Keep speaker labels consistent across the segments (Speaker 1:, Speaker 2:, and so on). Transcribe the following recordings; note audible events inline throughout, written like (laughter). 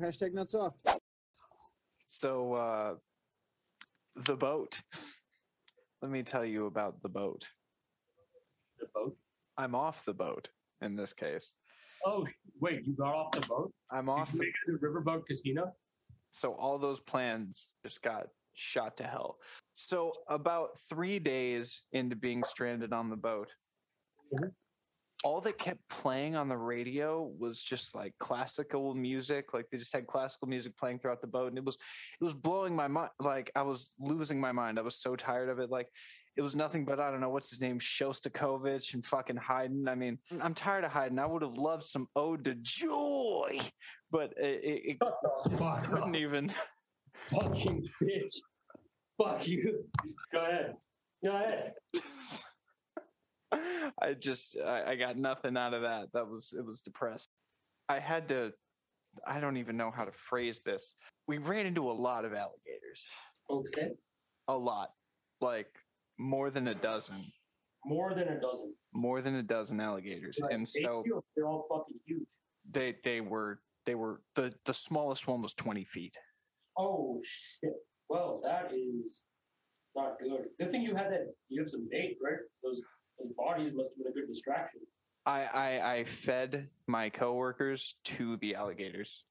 Speaker 1: Hashtag not soft.
Speaker 2: So uh, the boat. Let me tell you about the boat.
Speaker 3: The boat.
Speaker 2: I'm off the boat in this case.
Speaker 3: Oh sh- wait, you got off the boat?
Speaker 2: I'm
Speaker 3: Did
Speaker 2: off.
Speaker 3: you make it to the riverboat casino?
Speaker 2: So all those plans just got shot to hell. So about three days into being stranded on the boat,
Speaker 3: Mhm.
Speaker 2: all that kept playing on the radio was just like classical music. Like they just had classical music playing throughout the boat, and it was it was blowing my mind. Like I was losing my mind. I was so tired of it. Like it was nothing but I don't know what's his name, Shostakovich and fucking Haydn. I mean, I'm tired of Haydn. I would have loved some Ode to Joy, but it, it, it
Speaker 3: Shut the (laughs) fuck up,
Speaker 2: couldn't even.
Speaker 3: fucking bitch. Fuck you. Go ahead. Go ahead.
Speaker 2: I just I, I got nothing out of that. That was it was depressing. I had to I don't even know how to phrase this. We ran into a lot of alligators.
Speaker 3: Okay.
Speaker 2: A lot. Like more than a dozen.
Speaker 3: More than a dozen.
Speaker 2: More than a dozen alligators.
Speaker 3: Like,
Speaker 2: And
Speaker 3: they
Speaker 2: so
Speaker 3: feel they're all fucking huge.
Speaker 2: they they were they were the the smallest one was 20 feet.
Speaker 3: Oh shit. Well, that is not good. Good thing you had that. You have some bait, right? Those those bodies must have been a good distraction.
Speaker 2: I I, I fed my coworkers to the alligators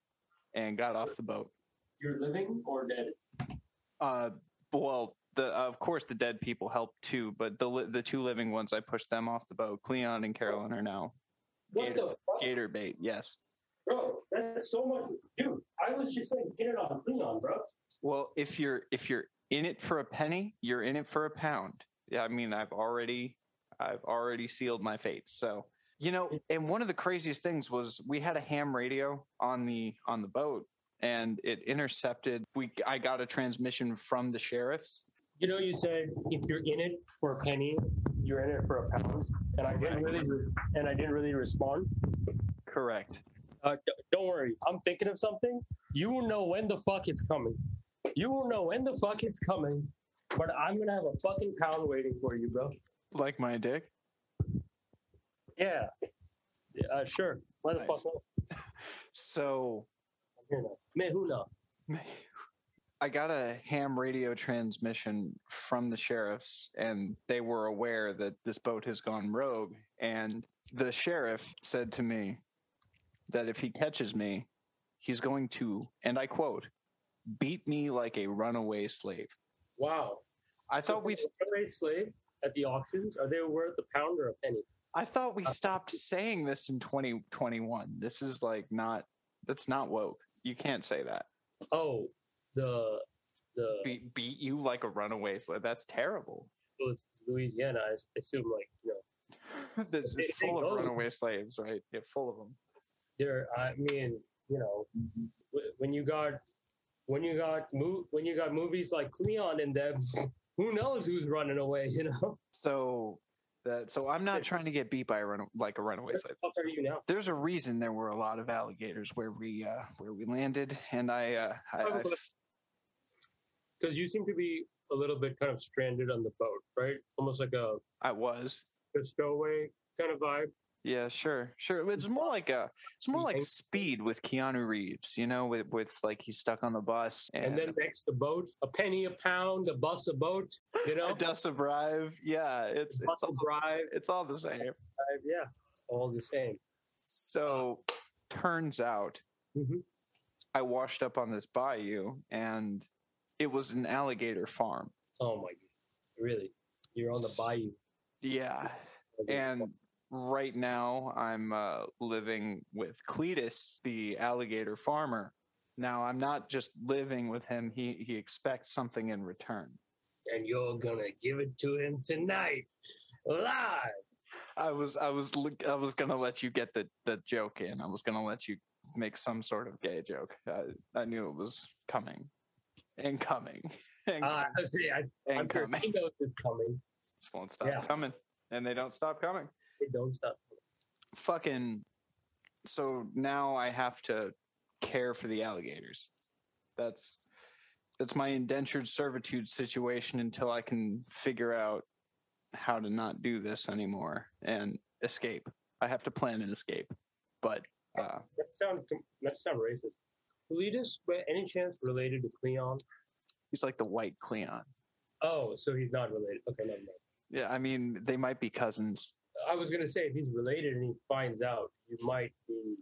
Speaker 2: and got off the boat.
Speaker 3: You're living or dead?
Speaker 2: Uh, well, the of course the dead people help too, but the li- the two living ones, I pushed them off the boat. Cleon and Carolyn are now
Speaker 3: What the fuck,
Speaker 2: gator bait. Yes.
Speaker 3: bro? That's so much, dude. I was just saying, get it on Leon, bro.
Speaker 2: Well, if you're if you're in it for a penny, you're in it for a pound. Yeah, I mean, I've already I've already sealed my fate. So you know, and one of the craziest things was we had a ham radio on the on the boat, and it intercepted. We I got a transmission from the sheriffs.
Speaker 3: You know, you said if you're in it for a penny, you're in it for a pound, and I didn't really, re- and I didn't really respond.
Speaker 2: Correct.
Speaker 3: Uh, d- don't worry, I'm thinking of something. You will know when the fuck it's coming. You will know when the fuck it's coming. But I'm gonna have a fucking pound waiting for you, bro.
Speaker 2: Like my dick.
Speaker 3: Yeah. Uh, sure. Why the
Speaker 2: Nice.
Speaker 3: fuck not?
Speaker 2: So
Speaker 3: I'm here now. Mehuna.
Speaker 2: I got a ham radio transmission from the sheriffs, and they were aware that this boat has gone rogue. And the sheriff said to me that if he catches me, he's going to, and I quote, beat me like a runaway slave.
Speaker 3: Wow.
Speaker 2: I thought we
Speaker 3: runaway slave at the auctions. Are they worth a pound or a penny?
Speaker 2: I thought we stopped saying this in 2021. This is like not that's not woke. You can't say that.
Speaker 3: Oh, the the
Speaker 2: Be, beat you like a runaway slave. That's terrible.
Speaker 3: well, it's Louisiana. I s- assume like you know
Speaker 2: (laughs) That's
Speaker 3: They- they
Speaker 2: full of
Speaker 3: go-
Speaker 2: runaway slaves, right? Yeah, full of them.
Speaker 3: there. I mean, you know, wh- when you got when you got mo- when you got movies like Cleon and them, (laughs) who knows who's running away? (laughs) You know,
Speaker 2: So that so I'm
Speaker 3: Yeah.
Speaker 2: not trying to get beat by a run, like a runaway slave.
Speaker 3: how are you now?
Speaker 2: There's a reason there were a lot of alligators where we uh, where we landed, and I, uh, I, I
Speaker 3: Because you seem to be a little bit kind of stranded on the boat, right? Almost like a,
Speaker 2: I was
Speaker 3: a stowaway kind of vibe.
Speaker 2: yeah sure sure it's more like a it's more like speed with Keanu Reeves you know with with like he's stuck on the bus and,
Speaker 3: And then next the boat, a penny a pound, a bus a boat, you know?
Speaker 2: a dust of bribe yeah it's it's
Speaker 3: Bus a
Speaker 2: all,
Speaker 3: bribe,
Speaker 2: it's all the same
Speaker 3: yeah, it's all the same.
Speaker 2: so turns out Mm-hmm.
Speaker 3: Mhm.
Speaker 2: I washed up on this bayou and it was an alligator farm
Speaker 3: Oh my god, really? You're on the bayou.
Speaker 2: yeah And right now, I'm uh, living with Cletus, the alligator farmer. Now, I'm not just living with him, he, he expects something in return.
Speaker 3: and you're gonna give it to him tonight, live.
Speaker 2: I was I was look- I was gonna let you get the, the joke in. I was gonna let you make some sort of gay joke. I, I knew it was coming and coming and,
Speaker 3: Uh, see, I, I'm
Speaker 2: and
Speaker 3: sure
Speaker 2: coming.
Speaker 3: he knows it's coming.
Speaker 2: Just won't stop
Speaker 3: Yeah.
Speaker 2: coming, and they don't stop coming.
Speaker 3: It don't stop.
Speaker 2: fucking so now I have to care for the alligators. That's that's my indentured servitude situation until I can figure out how to not do this anymore and escape. I have to plan an escape. But uh
Speaker 3: That sound com- that sound racist. Cletus by any chance related to Cleon?
Speaker 2: He's like the white Cleon.
Speaker 3: Oh, so he's not related. Okay, never mind.
Speaker 2: Yeah, I mean they might be cousins.
Speaker 3: I was gonna say if he's related and he finds out, you might be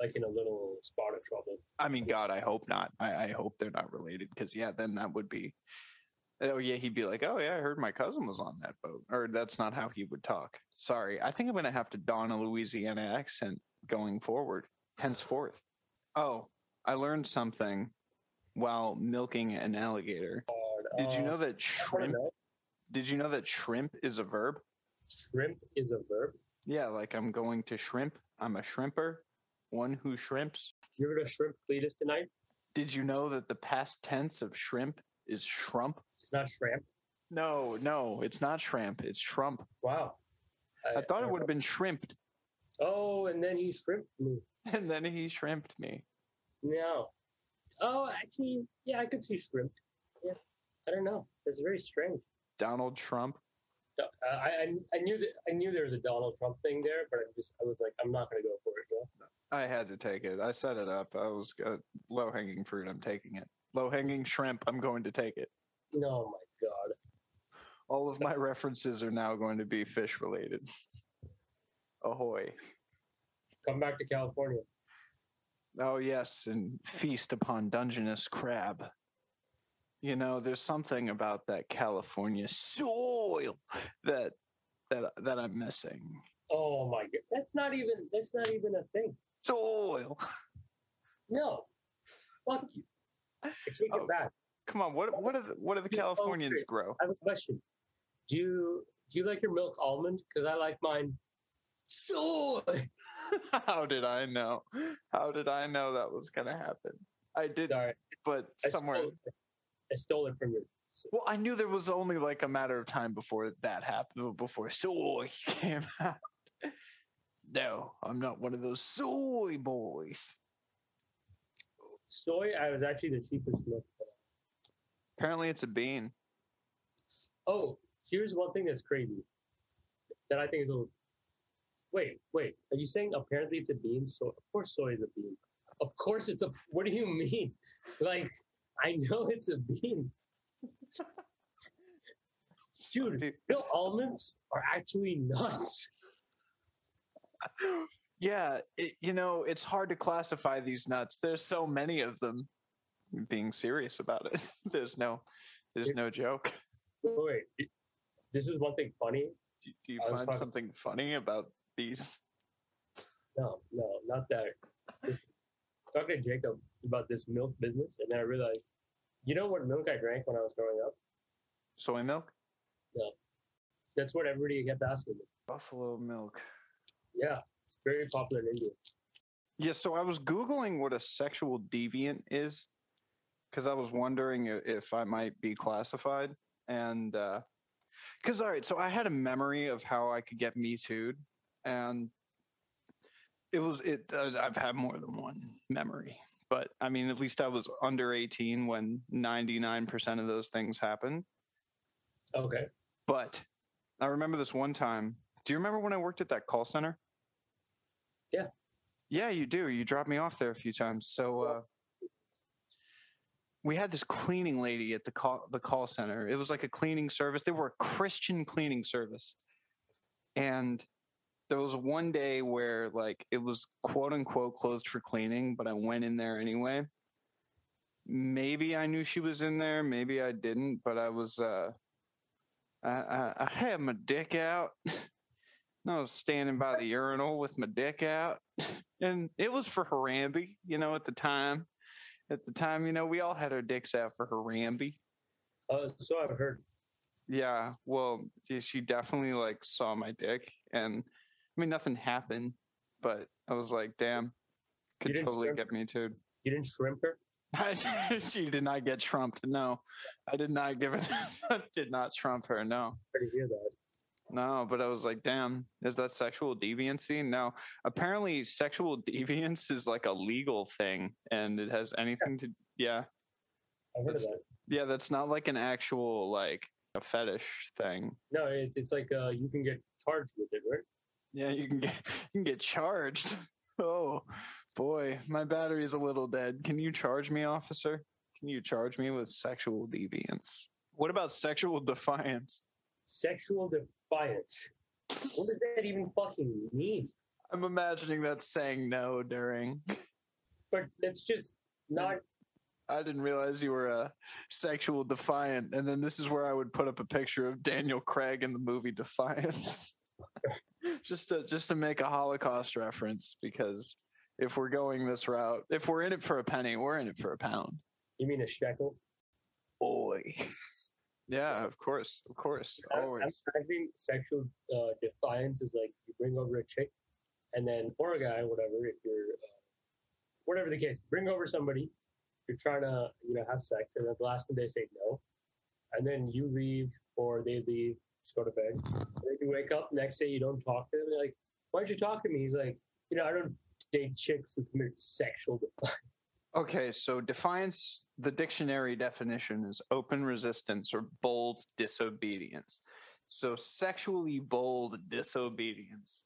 Speaker 3: like in a little spot of trouble.
Speaker 2: I mean, God, I hope not. I, I hope they're not related because yeah, then that would be. Oh yeah, he'd be like, oh yeah, I heard my cousin was on that boat, or that's not how he would talk. Sorry, I think I'm gonna have to don a Louisiana accent going forward, henceforth. Oh, I learned something while milking an alligator.
Speaker 3: But,
Speaker 2: Did you
Speaker 3: uh,
Speaker 2: know that
Speaker 3: I wanna
Speaker 2: shrimp?
Speaker 3: know,
Speaker 2: Did you know that shrimp is a verb?
Speaker 3: Shrimp is a verb.
Speaker 2: Yeah, like I'm going to shrimp. I'm a shrimper, one who shrimps.
Speaker 3: You're gonna shrimp Cletus tonight.
Speaker 2: Did you know that the past tense of shrimp is shrump?
Speaker 3: It's not shrimp.
Speaker 2: No, no, it's not shrimp. It's shrump.
Speaker 3: Wow.
Speaker 2: I thought it would have been shrimped, (laughs)
Speaker 3: Oh, and then he shrimped me.
Speaker 2: and then he shrimped me.
Speaker 3: No. Oh, actually, yeah, I could see shrimp. Yeah, I don't know. It's very strange.
Speaker 2: Donald Trump.
Speaker 3: No, uh, I, I I knew that I knew there was a Donald Trump thing there, but I just I was like, I'm not gonna go for it. You know?
Speaker 2: I had to take it. I set it up. I was uh, low hanging fruit. I'm taking it. Low hanging shrimp. I'm going to take it.
Speaker 3: No, oh my God.
Speaker 2: All of my references are now going to be fish related. (laughs) Ahoy.
Speaker 3: Come back to California.
Speaker 2: Oh, yes, and feast upon Dungeness crab. You know, there's something about that California soil that that that I'm missing.
Speaker 3: Oh my God. That's not even that's not even a thing.
Speaker 2: Soil.
Speaker 3: No. Fuck you. I take
Speaker 2: Oh.
Speaker 3: it back.
Speaker 2: Come on, what what are the, what do the
Speaker 3: Yeah, oh,
Speaker 2: Californians
Speaker 3: great.
Speaker 2: grow?
Speaker 3: I have a question. Do you do you like your milk almond? Because I like mine. Soy.
Speaker 2: (laughs) How did I know? How did I know that was going to happen? I did,
Speaker 3: Sorry,
Speaker 2: but
Speaker 3: I
Speaker 2: somewhere.
Speaker 3: Stole it. I stole it from you.
Speaker 2: Well, I knew there was only like a matter of time before that happened, before soy (laughs) came out. No, I'm not one of those soy boys.
Speaker 3: Soy. I was actually the cheapest milk.
Speaker 2: Apparently, it's a bean.
Speaker 3: Oh, here's one thing that's crazy. That I think is a little. Wait, wait. Are you saying apparently it's a bean? So of course soy is a bean. Of course it's a. What do you mean? (laughs) Like I know (laughs) it's a bean. Dude,
Speaker 2: Dude,
Speaker 3: You know, almonds are actually (laughs) nuts.
Speaker 2: Yeah, it, you know, it's hard to classify these nuts. There's so many of them. Being serious about it, (laughs) there's no, there's no joke.
Speaker 3: Wait, wait. this is one thing funny.
Speaker 2: Do, do you
Speaker 3: I was
Speaker 2: find
Speaker 3: talking-
Speaker 2: something funny about these?
Speaker 3: No, no, not that. Talking to Jacob about this milk business, and then I realized, you know what milk I drank when I was growing up?
Speaker 2: Soy milk,
Speaker 3: That's what everybody kept asking me.
Speaker 2: buffalo milk.
Speaker 3: Yeah, it's very popular in India.
Speaker 2: Yeah, so I was googling what a sexual deviant is because I was wondering i- if I might be classified. And because all right, so I had a memory of how I could get me too'd, and it was it. Uh, I've had more than one memory, but I mean, at least I was under eighteen when ninety nine percent of those things happened.
Speaker 3: Okay.
Speaker 2: But I remember this one time. Do you remember when I worked at that call center?
Speaker 3: Yeah.
Speaker 2: Yeah, you do. You dropped me off there a few times. So
Speaker 3: Yeah.
Speaker 2: uh, we had this cleaning lady at the call the call center. It was like a cleaning service. They were a Christian cleaning service, and there was one day where like it was quote unquote closed for cleaning, but I went in there anyway. Maybe I knew she was in there. Maybe I didn't. But I was. Uh, I, I, I had my dick out. (laughs) And I was standing by the urinal with my dick out. (laughs) And it was for Harambe, you know, at the time. At the time, you know, we all had our dicks out for Harambe.
Speaker 3: Uh, so I've heard.
Speaker 2: Yeah, well, yeah, she definitely like saw my dick. And I mean, nothing happened, but I was like, damn, could
Speaker 3: didn't
Speaker 2: totally
Speaker 3: shrimp?
Speaker 2: get me too.
Speaker 3: You didn't shrimp her?
Speaker 2: (laughs) she did not get trumped. No, I did not (laughs) give it. I did not trump her. No.
Speaker 3: Already hear that.
Speaker 2: No, but I was like, damn, is that sexual deviancy? No, apparently sexual (laughs) deviance is like a legal thing and it has anything to, yeah.
Speaker 3: I've heard of
Speaker 2: That's-
Speaker 3: that.
Speaker 2: Yeah, that's not like an actual, like a fetish thing.
Speaker 3: No, it's it's like uh, you can get charged with it, right?
Speaker 2: (laughs) Yeah, you can get, you can get charged. (laughs) Oh, boy, my battery's a little dead. Can you charge me, officer? Can you charge me with sexual deviance? What about sexual (laughs) defiance?
Speaker 3: Sexual defiance. What does that even fucking mean?
Speaker 2: I'm imagining that's saying no during.
Speaker 3: But that's just not.
Speaker 2: I didn't realize you were a sexual defiant. And then this is where I would put up a picture of Daniel Craig in the movie Defiance. (laughs) just to just to make a Holocaust reference, because if we're going this route, if we're in it for a penny, we're in it for a pound.
Speaker 3: You mean a shekel?
Speaker 2: Boy. (laughs) yeah, of course. Of course.
Speaker 3: I- Uh, I'm
Speaker 2: Always.
Speaker 3: imagining sexual uh, defiance is like you bring over a chick, and then or a guy, whatever. If you're, uh, whatever the case, bring over somebody. You're trying to, you know, have sex, and at the last one they say no, and then you leave or they leave, just go to bed. And then you wake up next day, you don't talk to them. They're like, why'd you talk to me? He's like, you know, I don't date chicks who commit sexual. def-
Speaker 2: Okay, so defiance, the dictionary definition is open resistance or bold disobedience. So sexually bold disobedience.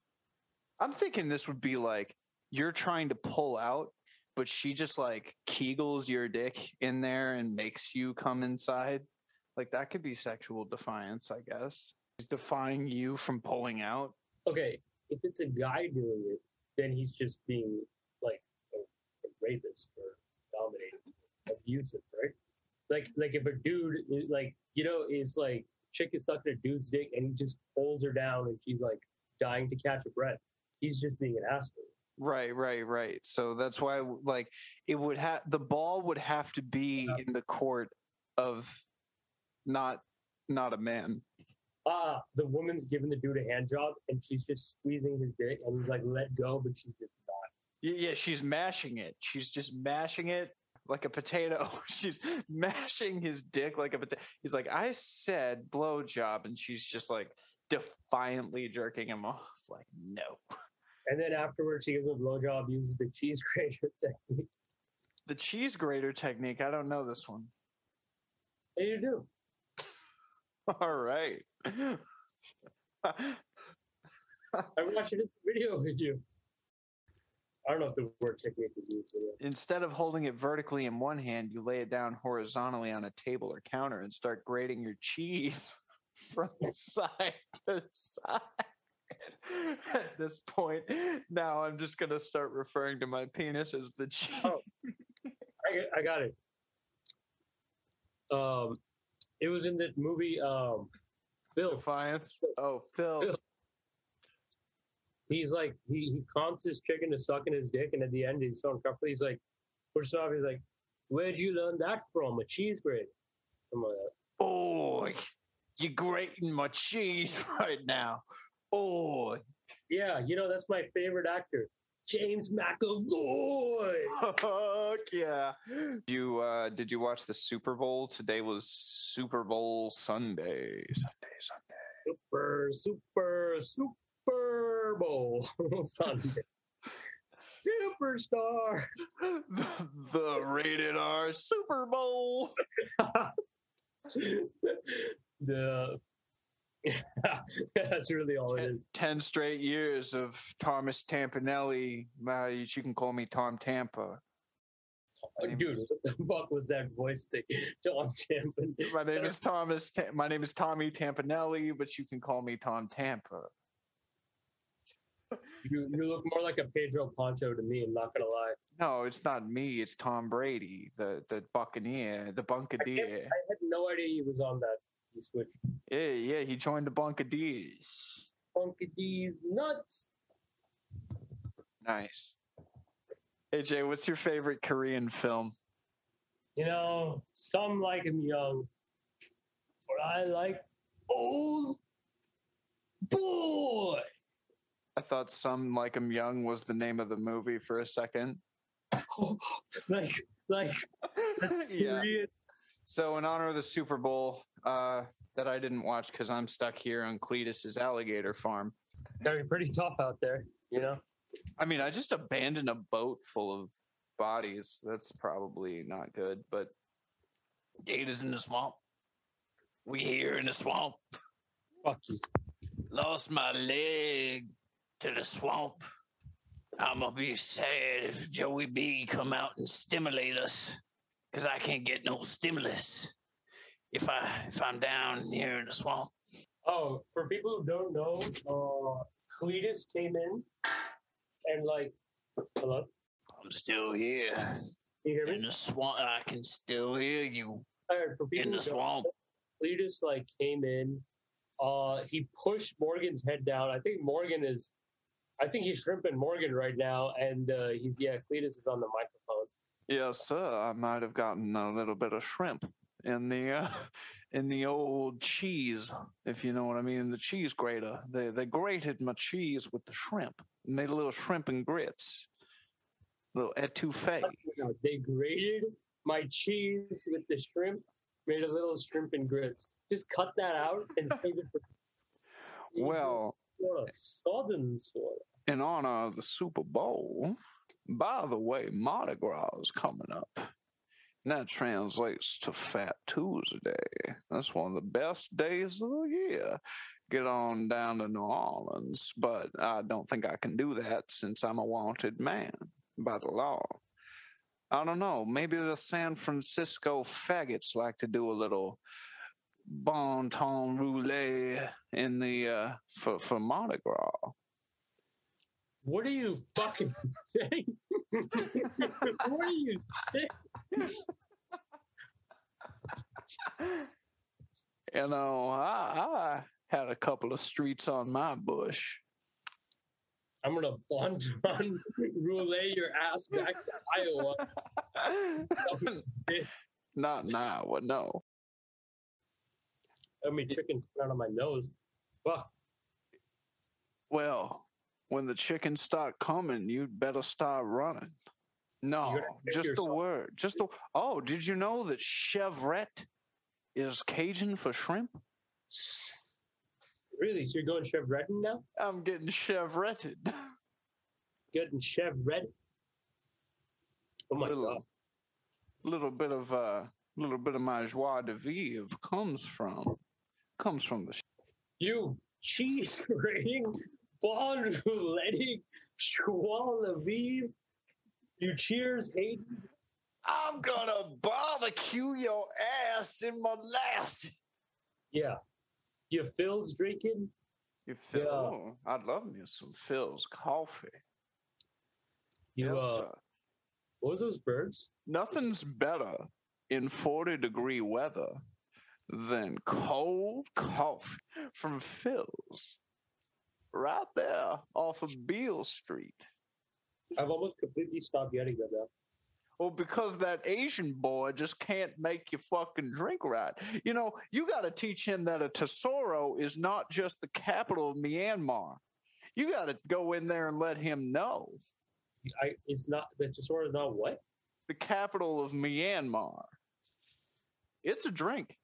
Speaker 2: I'm thinking this would be like you're trying to pull out, but she just like kegels your dick in there and makes you come inside. Like that could be sexual defiance, I guess. She's defying you from pulling out.
Speaker 3: Okay, if it's a guy doing it, then he's just being like a, a rapist or dominating, abusive, right? Like, like if a dude, is, like you know, is like chick is sucking a dude's dick and he just holds her down and she's like dying to catch a breath. He's just being an asshole.
Speaker 2: Right, right, right. So that's why, like, it would have the ball would have to be in the court of not not a man.
Speaker 3: Ah, the woman's giving the dude a hand job and she's just squeezing his dick and he's like, "Let go," but she's just not.
Speaker 2: Y- Yeah, she's mashing it. She's just mashing it like a potato. (laughs) she's mashing his dick like a potato. He's like, I said blowjob, and she's just like defiantly jerking him off. Like, no,
Speaker 3: And then afterwards, she gives him a blowjob, uses the cheese (laughs) grater technique.
Speaker 2: the cheese grater technique. I don't know this one. (laughs)
Speaker 3: And you do.
Speaker 2: All right. (laughs)
Speaker 3: I'm watching this video with you. I don't know if the word technique is used for that.
Speaker 2: instead of holding it vertically in one hand, you lay it down horizontally on a table or counter and start grating your cheese (laughs) from side (laughs) to side. At this point, now I'm just going to start referring to my penis as the cheese.
Speaker 3: Oh. I, got- I got it. Um, it was in the movie um, Phil.
Speaker 2: (laughs) Defiance. Oh, Phil.
Speaker 3: Phil. He's like he, he prompts his chicken to suck in his dick, and at the end, he's so uncomfortable. He's like, first off, he's like, "Where'd you learn that from? A cheese grater?" I'm like,
Speaker 2: Boy, you're grating my cheese (laughs) right now. Oh,
Speaker 3: "Yeah, you know that's my favorite actor, James McAvoy."
Speaker 2: Fuck yeah! You uh, did you watch the Super Bowl? Today was Super Bowl Sunday. Sunday, Sunday.
Speaker 3: Super, super, Super Bowl (laughs) Sunday. Superstar. (laughs)
Speaker 2: The, the rated R Super Bowl.
Speaker 3: the (laughs) that's really all it is.
Speaker 2: Ten straight years of Thomas Tampanelli. Uh, you you can call me Tom Tampa.
Speaker 3: Oh, Dude, what the fuck was that voice thing? (laughs) Tom Champion.
Speaker 2: My name is Thomas. Ta- my name is Tommy Tampanelli, but you can call me Tom Tampa.
Speaker 3: You, you look more like a Pedro Poncho to me, I'm not gonna lie.
Speaker 2: No, it's not me. It's Tom Brady, the the Buccaneer, the Bunkadeer. (laughs)
Speaker 3: I had no idea he was on that. He switched
Speaker 2: Yeah, yeah, he joined the Bunkadeers.
Speaker 3: funky D's nuts.
Speaker 2: Nice. AJ, what's your favorite Korean film?
Speaker 3: You know, some like him young, but I like old boy.
Speaker 2: I thought Some Like 'Em Young was the name of the movie for a second.
Speaker 3: like like (laughs)
Speaker 2: (laughs) yeah.
Speaker 3: Korean
Speaker 2: So, in honor of the Super Bowl uh, that I didn't watch because I'm stuck here on Cletus's alligator farm,
Speaker 3: gotta be pretty tough out there, you know.
Speaker 2: I mean, I just abandoned a boat full of bodies. That's probably not good, but Data's in the swamp. We here in the swamp.
Speaker 3: Fuck you.
Speaker 2: Lost my leg to the swamp.
Speaker 1: I'm gonna be sad if Joey B come out and stimulate us, cause I can't get no stimulus if I if I'm down here in the swamp.
Speaker 3: Oh, for people who don't know, uh, Cletus came in and like, hello,
Speaker 1: I'm still here
Speaker 3: can you hear
Speaker 1: in
Speaker 3: me?
Speaker 1: the swamp. I can still hear you
Speaker 3: All right, for people
Speaker 1: in the
Speaker 3: who don't
Speaker 1: swamp.
Speaker 3: Cletus like came in. Uh, he pushed Morgan's head down. I think Morgan is, I think he's shrimping Morgan right now, and uh, he's yeah. Cletus is on the microphone.
Speaker 2: Yes, sir. I might have gotten a little bit of shrimp in the uh, (laughs) in the old cheese, if you know what I mean. The cheese grater. They they grated my cheese with the shrimp. Made a little shrimp and grits. Little etouffee.
Speaker 3: They grated my cheese with the shrimp, made a little shrimp and grits. Just cut that out
Speaker 2: (laughs)
Speaker 3: and save it for
Speaker 2: Well,
Speaker 3: sort of southern sort. of.
Speaker 2: in honor of the Super Bowl, by the way, Mardi Gras is coming up. And that translates to Fat Tuesday. That's one of the best days of the year. Get on down to New Orleans, but I don't think I can do that since I'm a wanted man by the law. I don't know. Maybe the San Francisco faggots like to do a little bon ton roulette in the uh, for for Mardi Gras.
Speaker 3: What are you fucking (laughs) saying? what are you saying?
Speaker 2: You know, uh, I, I had a couple of streets on my bush.
Speaker 3: I'm gonna bonton (laughs) roulette your ass back to Iowa.
Speaker 2: (laughs) Not now, but no.
Speaker 3: I mean, chicken out of my nose. Fuck.
Speaker 2: Well, when the chickens start coming, you'd better start running. No,
Speaker 3: gotta pick
Speaker 2: just the
Speaker 3: yourself.
Speaker 2: word. Just the. Oh, did you know that chevrette is Cajun for shrimp?
Speaker 3: Really? So you're going Chef Redden now?
Speaker 2: I'm getting chevretted. (laughs)
Speaker 3: Good and Chef Redden. Oh my god.
Speaker 2: little, little bit of uh, little bit of my joie de vivre comes from comes from the
Speaker 3: You cheese grating, bon roulette, schwa Lviv. You cheers, Hayden.
Speaker 2: I'm gonna barbecue your ass in molasses.
Speaker 3: Yeah. You Phil's drinking.
Speaker 2: You feel?
Speaker 3: Yeah.
Speaker 2: Oh, I'd love me some Phil's coffee.
Speaker 3: You
Speaker 2: Yes,
Speaker 3: uh,
Speaker 2: sir.
Speaker 3: what was those birds?
Speaker 2: Nothing's better in 40 degree weather than cold coffee from Phil's. Right there off of Beale Street.
Speaker 3: I've almost completely stopped getting them now.
Speaker 2: Well, because that Asian boy just can't make you fucking drink right. You know, you got to teach him that a Tesoro is not just the capital of Myanmar. You got to go in there and let him know
Speaker 3: I it's not the Tesoro is not what?
Speaker 2: the capital of Myanmar. It's a drink,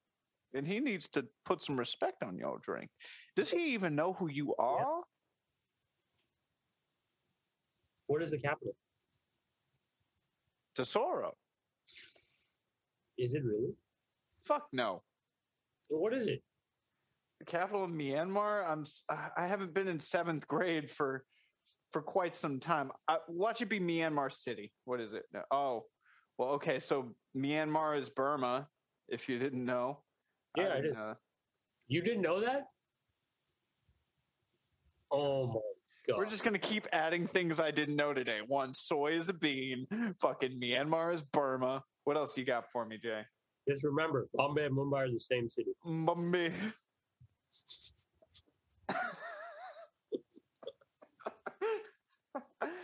Speaker 2: and he needs to put some respect on your drink. Does he even know who you are?
Speaker 3: What is the capital?
Speaker 2: Tesoro.
Speaker 3: Is it really?
Speaker 2: Fuck no.
Speaker 3: What is it?
Speaker 2: The capital of Myanmar. I'm. s- I I haven't been in seventh grade for for quite some time. I, watch it be Myanmar City. What is it? No. Oh, well, okay. So Myanmar is Burma. If you didn't know. uh,
Speaker 3: Yeah, I
Speaker 2: didn't
Speaker 3: did.
Speaker 2: know that.
Speaker 3: You didn't know that? Oh my god!
Speaker 2: We're just gonna keep adding things I didn't know today. One, soy is a bean. Fucking Myanmar is Burma. What else you got for me, Jay?
Speaker 3: Just remember, Bombay and Mumbai are the same city.
Speaker 2: Mummy.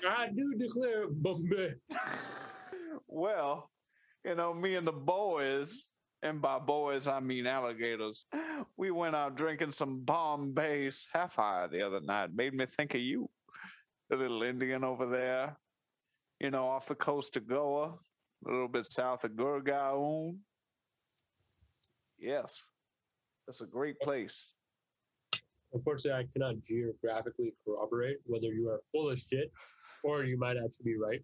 Speaker 3: I do declare Bombay.
Speaker 2: (laughs) well, you know, me and the boys, and by boys I mean alligators. We went out drinking some Bombay Sapphire the other night. Made me think of you, the little Indian over there. You know, off the coast of Goa, a little bit south of Gurgaon. Yes, that's a great place.
Speaker 3: Unfortunately, I cannot geographically corroborate whether you are full of shit or you might actually be right.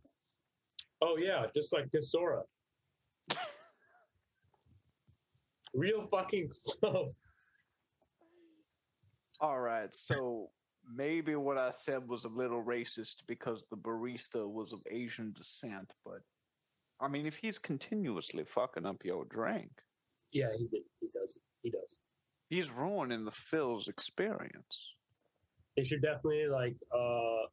Speaker 3: Oh yeah, just like (laughs) Tesora. Real fucking close.
Speaker 2: All right, so maybe what I said was a little racist because the barista was of Asian descent, but I mean, if he's continuously fucking up your drink,
Speaker 3: Yeah, he did. He does. He does.
Speaker 2: he's ruining the Phil's experience.
Speaker 3: They should definitely like uh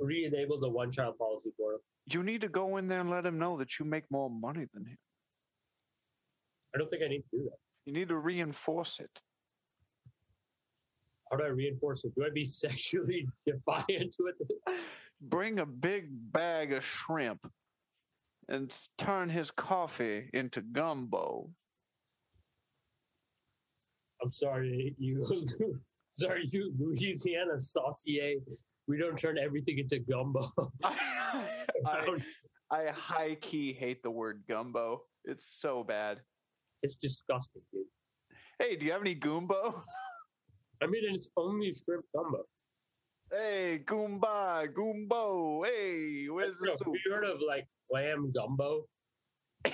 Speaker 3: re-enable the one-child policy for him.
Speaker 2: You need to go in there and let him know that you make more money than him.
Speaker 3: I don't think I need to do that.
Speaker 2: You need to reinforce it.
Speaker 3: How do I reinforce it? Do I be (laughs) sexually defiant to it?
Speaker 2: Bring a big bag of shrimp and s- turn his coffee into gumbo. (laughs)
Speaker 3: I'm sorry, you. (laughs) sorry, you Louisiana saucier. We don't turn everything into gumbo. (laughs)
Speaker 2: I,
Speaker 3: I don't-
Speaker 2: I high key hate the word gumbo. It's so bad.
Speaker 3: it's disgusting, dude.
Speaker 2: Hey, do you have any Goombo? (laughs)
Speaker 3: I mean, and it's only shrimp gumbo.
Speaker 2: Hey, Goomba, Goombo. Hey, where's the
Speaker 3: No,
Speaker 2: soup?
Speaker 3: have you heard of like clam gumbo?
Speaker 2: (laughs)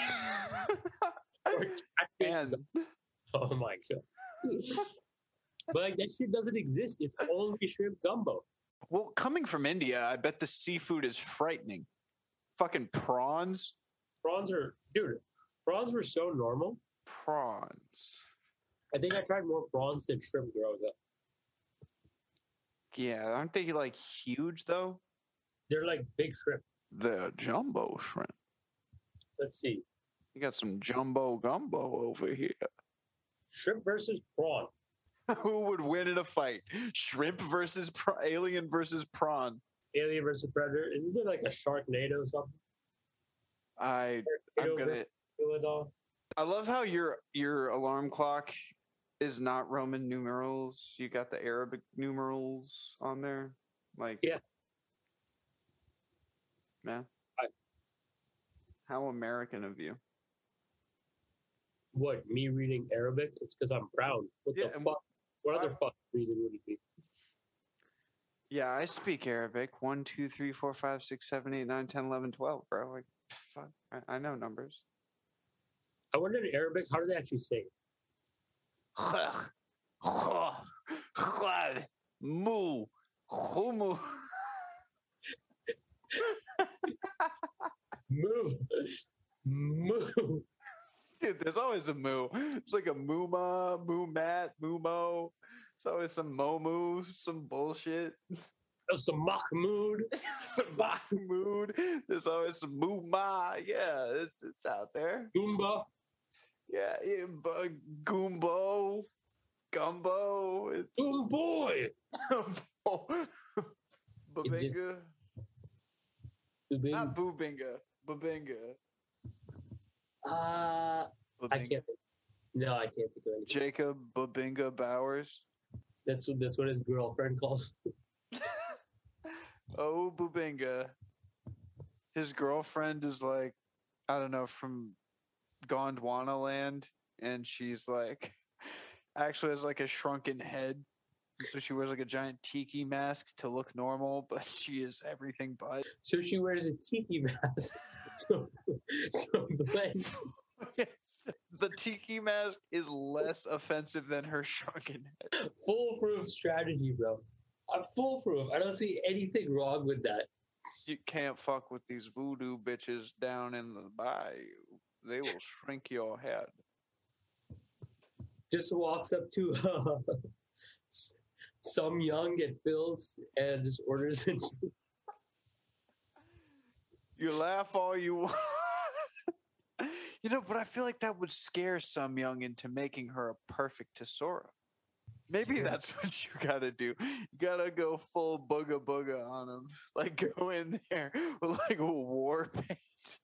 Speaker 3: Or catfish
Speaker 2: and
Speaker 3: (laughs) Oh my god! but like that shit doesn't exist. It's only shrimp gumbo.
Speaker 2: well, coming from India, I bet the seafood is frightening. Fucking prawns,
Speaker 3: Prawns are, dude. Prawns were so normal.
Speaker 2: prawns.
Speaker 3: I think I tried more prawns than shrimp growing up.
Speaker 2: Yeah, aren't they like huge though?
Speaker 3: They're like big shrimp.
Speaker 2: They're jumbo shrimp.
Speaker 3: Let's see,
Speaker 2: You got some jumbo gumbo over here. (laughs)
Speaker 3: shrimp versus prawn.
Speaker 2: Who would win in a fight? Shrimp versus pra- alien versus prawn.
Speaker 3: Alien versus predator. Isn't there like a Sharknado or something?
Speaker 2: I I'm
Speaker 3: Sharknado
Speaker 2: gonna.
Speaker 3: versus Godzilla?
Speaker 2: I love how your your alarm clock is not Roman numerals. You got the Arabic numerals on there, like
Speaker 3: Yeah.
Speaker 2: man.
Speaker 3: I-
Speaker 2: how American of you!
Speaker 3: What? Me reading Arabic? It's because I'm brown. What
Speaker 2: Yeah,
Speaker 3: the
Speaker 2: and-
Speaker 3: fuck? What other
Speaker 2: I-
Speaker 3: fuck reason would it be?
Speaker 2: Yeah, I speak Arabic. One, two, three, four, five, six, seven, eight, nine, ten, eleven, twelve, bro. Like, fuck, I, I know numbers.
Speaker 3: I wonder in Arabic how do they actually say? it?
Speaker 2: Mu, humu.
Speaker 3: Moo, (laughs) moo.
Speaker 2: Dude, there's always a moo. It's like a mooma, moo mat, moomo. It's always some momu, some bullshit, (laughs)
Speaker 3: Some Mahmoud.
Speaker 2: some mahmood. There's always some mooma. Yeah, it's it's out there.
Speaker 3: Goomba.
Speaker 2: Yeah, yeah bu- goombo, gumbo, it- (laughs)
Speaker 3: Boom boy.
Speaker 2: babinga.
Speaker 3: just- Boom.
Speaker 2: Not boobinga, babinga.
Speaker 3: Uh, I
Speaker 2: babinga.
Speaker 3: can't. Think. No, I can't think of anything.
Speaker 2: Jacob Babinga Bowers.
Speaker 3: That's what that's what his girlfriend calls. (laughs)
Speaker 2: Oh, Bubinga. His girlfriend is like, I don't know, from Gondwana land. And she's like, (laughs) actually has like a shrunken head. and So she wears like a giant tiki mask to look normal, but (laughs) she is everything but.
Speaker 3: So she wears a tiki mask. (laughs) So Blaine-
Speaker 2: the tiki mask is less offensive than her (laughs) shrunken head.
Speaker 3: foolproof strategy, bro. I'm foolproof. I don't see anything wrong with that.
Speaker 2: You can't fuck with these voodoo bitches down in the bayou. They will shrink your head.
Speaker 3: Just walks up to (laughs) uh, s- some young at Phil's and just orders it.
Speaker 2: You laugh all you want. you know, but I feel like that would scare some young into making her a perfect Tesora. Maybe
Speaker 3: Yeah.
Speaker 2: that's (laughs) what you gotta do. You gotta go full booga booga on them. Like go in there with like a war paint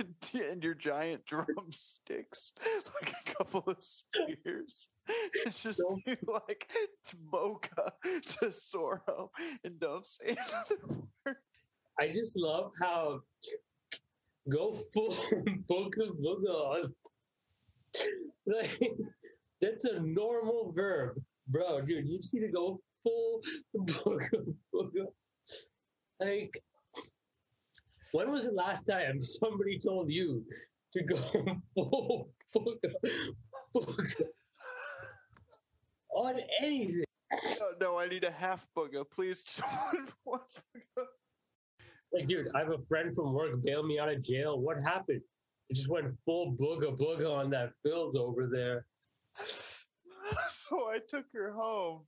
Speaker 2: and, and your giant drumsticks, like a couple of spears. It's just
Speaker 3: Don't-
Speaker 2: you, like mocha Tesoro and don't say (laughs) another word.
Speaker 3: I just love how go full (laughs) booga booga on. Like, that's a normal verb, bro, dude. You just need to go full booga booga. Like, when was the last time somebody told you to go (laughs) full booga booga on anything?
Speaker 2: Oh, no, I need a half booger, please. (laughs) Just one, one.
Speaker 3: Like, dude, I have a friend from work bailed me out of jail. What happened? It just went full booga booga on that Phil's over there.
Speaker 2: So I took her home.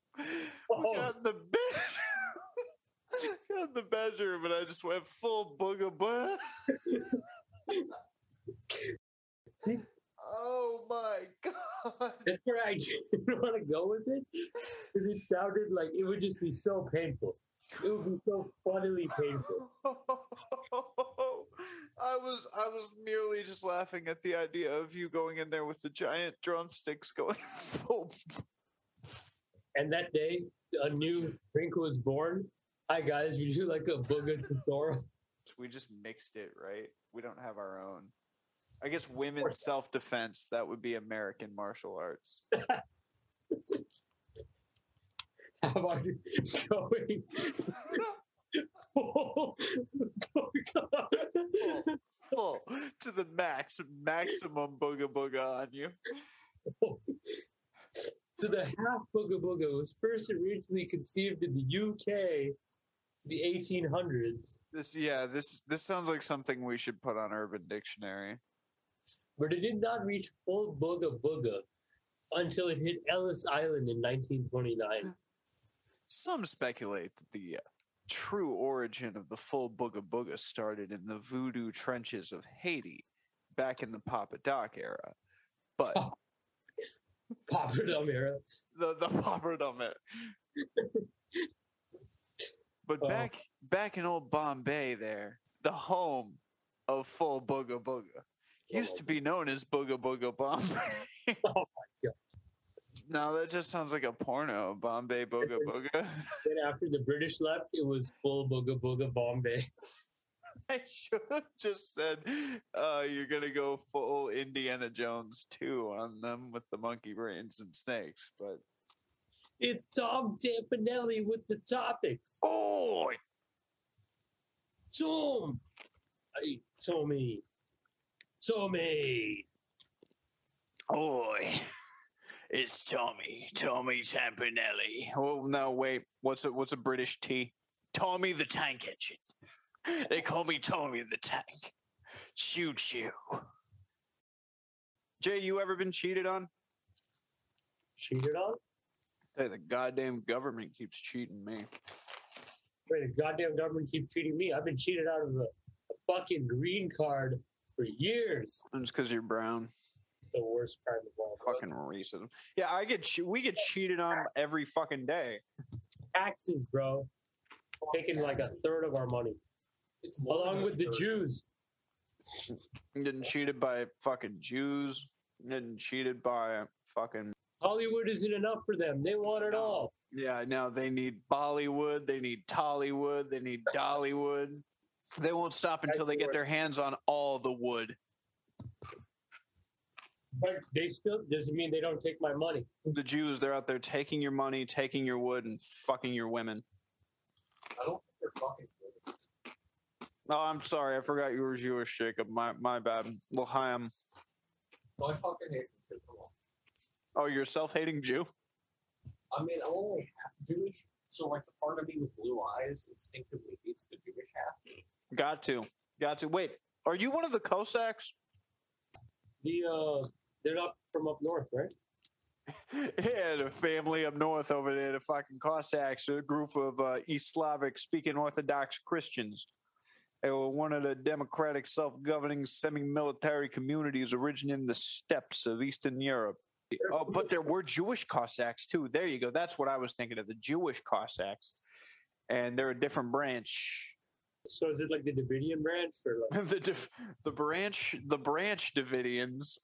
Speaker 3: Oh.
Speaker 2: We got in the bed. (laughs) got in the bedroom, and I just went full booga booga. (laughs) oh my god! (laughs)
Speaker 3: That's where I (laughs) didn't want to go with it because it sounded like it would just be so painful. It would be so funnily painful.
Speaker 2: I was I was merely just laughing at the idea of you going in there with the giant drumsticks going (laughs) full.
Speaker 3: And that day, a new drink was born. Hi guys, we do like a booga tutorial. (laughs)
Speaker 2: We just mixed it, right? We don't have our own. I guess women's self defense that would be American martial arts.
Speaker 3: How about you (laughs) going? (laughs) full booga?
Speaker 2: Full to the max, maximum booga booga on you.
Speaker 3: So the half booga booga was first originally conceived in the UK, the 1800s.
Speaker 2: This yeah, this this sounds like something we should put on Urban Dictionary.
Speaker 3: but it did not reach full booga booga until it hit Ellis Island in 1929.
Speaker 2: Some speculate that the uh, true origin of the full booga booga started in the voodoo trenches of Haiti back in the Papa Doc era. But
Speaker 3: Papadum era.
Speaker 2: the (laughs) the popper dumber. but
Speaker 3: Oh.
Speaker 2: back back in old Bombay, there, the home of full booga booga used to be known as Booga Booga Bombay.
Speaker 3: (laughs) Oh
Speaker 2: my
Speaker 3: God.
Speaker 2: Now that just sounds like a porno, Bombay Booga Booga. (laughs)
Speaker 3: Then after the British left, it was full booga booga Bombay. (laughs)
Speaker 2: I should have just said, uh, "You're gonna go full Indiana Jones two on them with the monkey brains and snakes." But
Speaker 3: It's Tom Tampanelli with the topics.
Speaker 1: Oh,
Speaker 3: Tom! Hey, Tommy. Tommy!
Speaker 1: Oi, (laughs) it's Tommy, Tommy Tampanelli,
Speaker 2: well, no, wait. What's a what's a British tea?
Speaker 1: Tommy the Tank Engine. They call me Tommy the Tank. Choo choo.
Speaker 2: Jay, you ever been cheated on?
Speaker 3: Cheated on?
Speaker 2: Hey, the goddamn government keeps cheating me.
Speaker 3: Wait, the goddamn government keeps cheating me. I've been cheated out of a, a fucking green card for years.
Speaker 2: It's because you're brown.
Speaker 3: The worst crime of all. bro.
Speaker 2: Fucking racism. Yeah, I get che- we get cheated on every fucking day.
Speaker 3: taxes, bro. Taking like a third of our money,
Speaker 4: It's
Speaker 3: along with the
Speaker 4: Jew.
Speaker 3: Jews.
Speaker 2: Getting cheated by fucking Jews. Getting cheated by fucking
Speaker 3: Hollywood isn't enough for them. They want it
Speaker 2: No.
Speaker 3: all.
Speaker 2: yeah. Now they need Bollywood. They need Tollywood. They need Dollywood. They won't stop until they get their hands on all the wood.
Speaker 3: But they still doesn't mean they don't take my money.
Speaker 2: The Jews, they're out there taking your money, taking your wood, and fucking your women.
Speaker 4: I don't think they're fucking Jewish.
Speaker 2: Oh, I'm sorry. I forgot you were Jewish, Jacob. My my bad. L'chaim.
Speaker 4: So I fucking hate them too. Come on.
Speaker 2: Oh, you're a self-hating Jew.
Speaker 4: I mean, I'm only half Jewish, so like the part of me with blue eyes instinctively hates the Jewish half.
Speaker 2: Got to. Got to. Wait. Are you one of the Cossacks? (laughs)
Speaker 3: The uh, they're not from up north, right?
Speaker 2: Yeah, the family up north over there, the fucking Cossacks, a group of uh, East Slavic speaking Orthodox Christians. They were one of the democratic, self governing, semi military communities originating in the steppes of Eastern Europe. Oh, but there were Jewish Cossacks too. There you go. That's what I was thinking of the Jewish Cossacks. And they're a different branch (laughs)
Speaker 3: So is it like the Davidian branch or like
Speaker 2: the div- the branch the branch Davidians